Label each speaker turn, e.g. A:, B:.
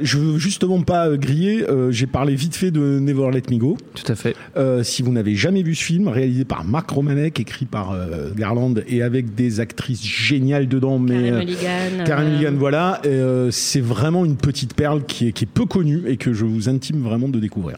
A: Je veux justement pas griller, euh, j'ai parlé vite fait de Never Let Me Go.
B: Tout à fait.
A: Euh, si vous n'avez jamais vu ce film, réalisé par Marc Romanek, écrit par euh, Garland et avec des actrices géniales dedans, mais
C: Karen
A: euh,
C: Mulligan.
A: Karen
C: euh,
A: Gillian, voilà, et, euh, c'est vraiment une petite perle qui est, qui est peu connue et que je vous intime vraiment de découvrir.